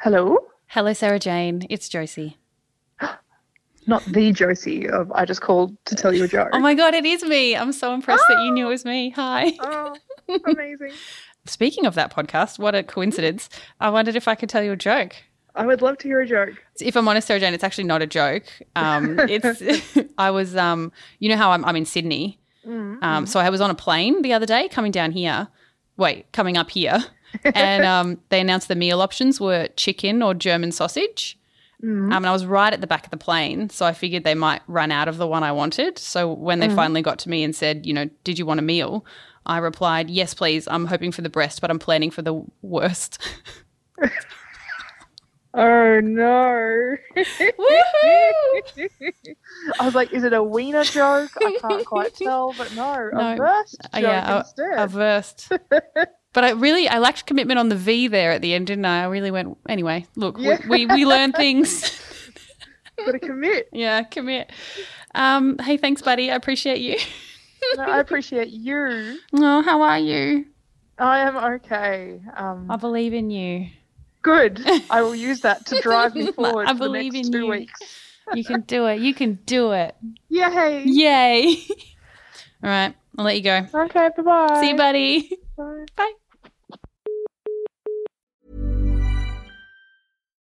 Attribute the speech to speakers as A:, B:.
A: Hello?
B: Hello, Sarah Jane. It's Josie.
A: Not the Josie of I just called to tell you a joke.
B: Oh my God, it is me. I'm so impressed that you knew it was me. Hi.
A: Oh, amazing.
B: Speaking of that podcast, what a coincidence. I wondered if I could tell you a joke.
A: I would love to hear a joke.
B: If I'm honest, Sarah Jane, it's actually not a joke. Um, it's I was, um, you know how I'm, I'm in Sydney.
A: Mm-hmm.
B: Um, so I was on a plane the other day coming down here. Wait, coming up here. and um, they announced the meal options were chicken or German sausage.
A: Mm-hmm.
B: Um, and I was right at the back of the plane, so I figured they might run out of the one I wanted. So when they finally got to me and said, you know, did you want a meal? I replied, yes, please. I'm hoping for the breast, but I'm planning for the worst.
A: Oh no.
B: Woohoo!
A: I was like, is it a wiener joke? I can't quite tell, but no, a
B: No.
A: burst
B: Uh,
A: joke
B: yeah,
A: instead.
B: Aversed. but I really, I lacked commitment on the V there at the end, didn't I? I really went, anyway, look,
A: Yeah.
B: we, we, we learn things.
A: Gotta commit.
B: yeah, commit. Um, hey, thanks, buddy. I appreciate you.
A: No, I appreciate you.
B: Oh, how are you?
A: I am okay. Um,
B: I believe in you.
A: good. I will use that to drive me forward
B: I
A: for the
B: believe
A: next
B: in
A: two
B: you.
A: weeks.
B: You can do it. You can do it.
A: Yay.
B: Yay. All right. I'll let you go.
A: Okay, bye-bye.
B: See you, buddy.
A: Bye.